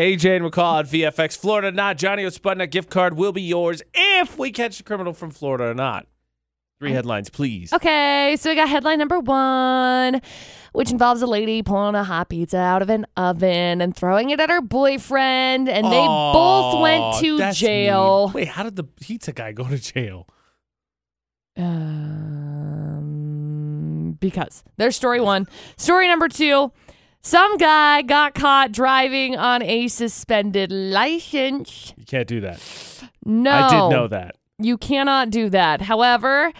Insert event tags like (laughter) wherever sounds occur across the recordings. AJ and McCall at VFX Florida. Not Johnny O'Sputnik gift card will be yours if we catch the criminal from Florida or not. Three headlines, please. Okay, so we got headline number one, which involves a lady pulling a hot pizza out of an oven and throwing it at her boyfriend, and they both went Aw, to that's jail. mean. Wait, how did the pizza guy go to jail? Um, because there's story one. Story number two some guy got caught driving on a suspended license. You can't do that. No. I did know that. You cannot do that. However,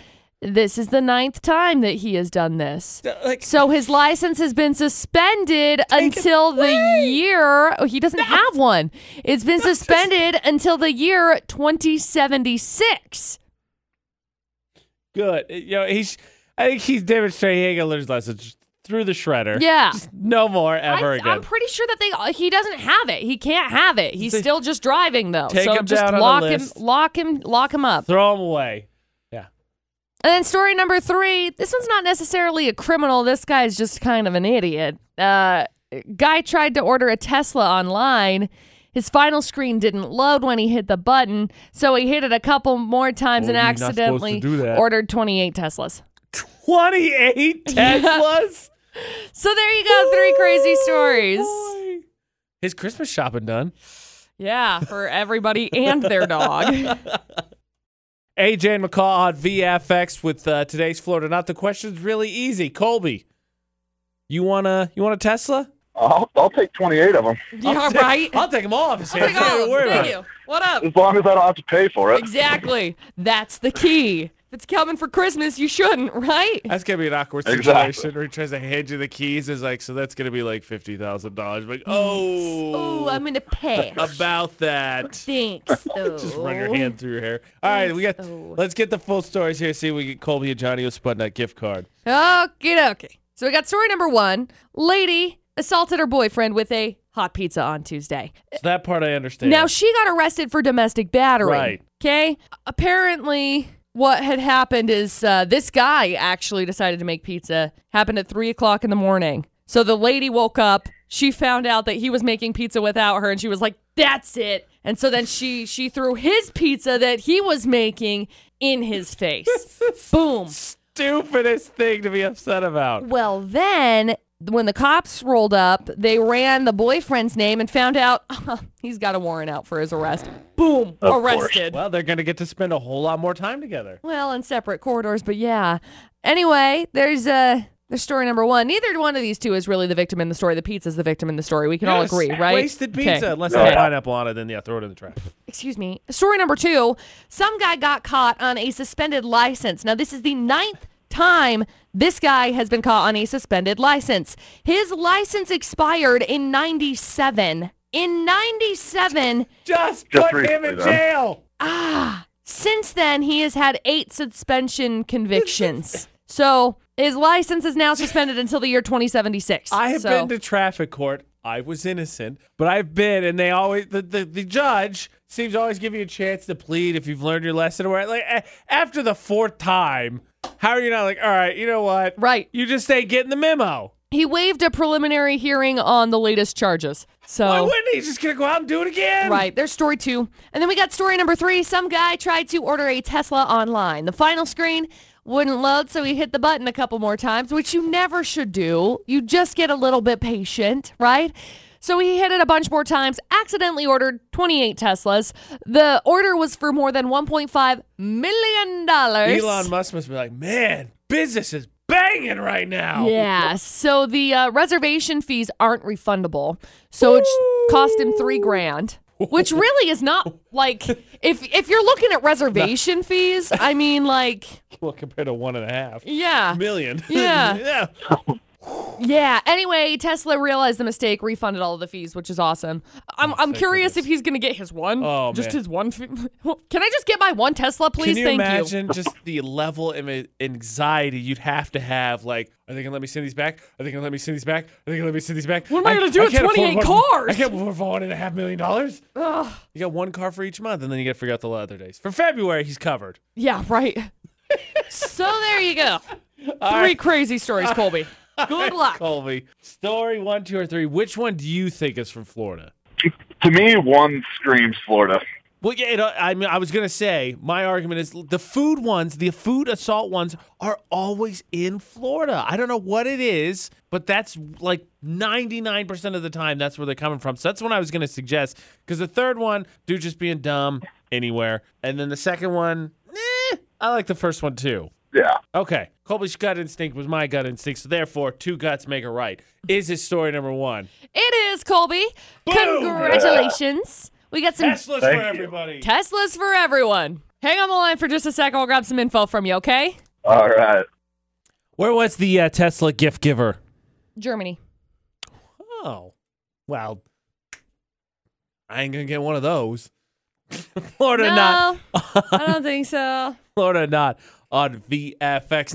this is the ninth time that he has done this. Like, So his license has been suspended until the year. Oh, he doesn't have one. It's been suspended until the year 2076. good. You know, he's. I think he's demonstrating he ain't gonna learn his lesson. Just threw the shredder. Yeah. Just no more ever I, again. am pretty sure that they uh, he doesn't have it. He can't have it. He's They- still just driving though. Take so him just down on the lock him, list. lock him, lock him up. Throw him away. And then story number three. This one's not necessarily a criminal. This guy's just kind of an idiot. Uh, guy tried to order a Tesla online. His final screen didn't load when he hit the button, so he hit it a couple more times Well, and you're not supposed to accidentally do that. ordered 28 Teslas. Twenty-eight (laughs) Teslas. So there you go, three crazy stories. Boy. His Christmas shopping done. Yeah, for everybody and (laughs) their dog. (laughs) AJ and McCall on VFX with uh, today's Florida. Not the question's really easy. Colby, you wanna you want a Tesla? I'll, I'll take 28 of them yeah, take- right. I'll take them all off his hands. Take all of Don't them. worry about Thank it. you. What up? as long as I don't have to pay for it. Exactly. That's the key. If it's coming for Christmas, you shouldn't, right? That's gonna be an awkward situation Exactly. where he tries to hand you the keys. Is like, so that's gonna be like fifty thousand dollars. Like, oh, Oh, I'm (laughs) gonna pay. about (laughs) that. Thanks, though. Just run your hand through your hair. All right, we got. Oh. Let's get the full stories here. See if we can get Colby and Johnny a Sputnik gift card. Okay, okay. So we got story number one: lady assaulted her boyfriend with a hot pizza on Tuesday. So that part I understand. Now she got arrested for domestic battery. Right. Okay. Apparently, what had happened is uh, this guy actually decided to make pizza. Happened at three o'clock in the morning. So the lady woke up. She found out that he was making pizza without her, and she was like, "That's it." And so then she she threw his pizza that he was making in his face. Boom. stupidest thing to be upset about. Well, then when the cops rolled up, they ran the boyfriend's name and found out (laughs) he's got a warrant out for his arrest. Boom, Of course. arrested. Well, they're gonna get to spend a whole lot more time together. Well, in separate corridors, but yeah. Anyway, there's uh there's story number one. Neither one of these two is really the victim in the story. The pizza's the victim in the story. We can all Yes. agree, right? Wasted pizza. Okay. Unless Yeah. I pineapple on it, then yeah, throw it in the trash. excuse me. Story number two some guy got caught on a suspended license. Now, this is the ninth time this guy has been caught on a suspended license. His license expired in 97. In 97, Just, Just put him recently in done. jail. ah, since then, he has had eight (laughs) suspension convictions. So. His license is now suspended until the year 2076. I have So- been to traffic court. I was innocent, but I've been, and they always the, the, the judge seems to always give you a chance to plead if you've learned your lesson. Or like a- after the fourth time, how are you not like, all right, you know what, Right. You just ain't getting the memo. He waived a preliminary hearing on the latest charges. So Why wouldn't he? He's just gonna go out and do it again. Oh. Right. There's story two. And then we got story number three. Some guy tried to order a Tesla online. The final screen wouldn't load, so he hit the button a couple more times, which you never should do. You just get a little bit patient, right? So he hit it a bunch more times, accidentally ordered 28 Teslas. The order was for more than $1.5 million. Elon Musk must be like, man, business is banging right now. Yeah. So the uh, reservation fees aren't refundable. So it sh- cost him three grand, (laughs) which really is not like if if you're looking at reservation fees. I mean, like Well, compared to one and a half yeah, E- (laughs) million. (laughs) Yeah. yeah. yeah. Anyway, Tesla realized the mistake, refunded all of the fees, which is awesome. I'm I'm curious if he's gonna get his one. Oh, just man. his one. Fee- (laughs) Can I just get my one Tesla, Can please? you Thank you. imagine just the level of a- anxiety you'd have to have? Like, are they gonna let me send these back? Are they gonna let me send these back? Are they gonna let me send these back? What am I gonna do with 28 cars? I can't afford one and a half million dollars. Ugh. You got one car for each month, and then you gotta figure out the other days. For February, he's covered. Yeah. Right. (laughs) so there you go. Three crazy stories, (laughs) Colby. Good luck. Colby, story one, two, or three. Which one do you think is from Florida? To me, one screams Florida. Well, yeah, it, uh, I mean, I was gonna say my argument is the food ones, the food assault ones, are always in Florida. I don't know what it is, but that's like ninety nine percent of the time that's where they're coming from. So that's what I was gonna suggest. Because the third one, dude, just being dumb anywhere, and then the second one, eh, I like the first one too. Yeah. Okay, Colby's gut instinct was my gut instinct, so therefore two guts make a right. Is his story number one? It is Colby. Congratulations. We got some Teslas for Thank you. everybody. Teslas for everyone. Hang on the line for just a sec. I'll grab some info from you, okay? All right. Where was the uh, Tesla gift giver? Germany. Oh, well, I ain't gonna get one of those. (laughs) Florida not, I don't think so. Florida not on VFX.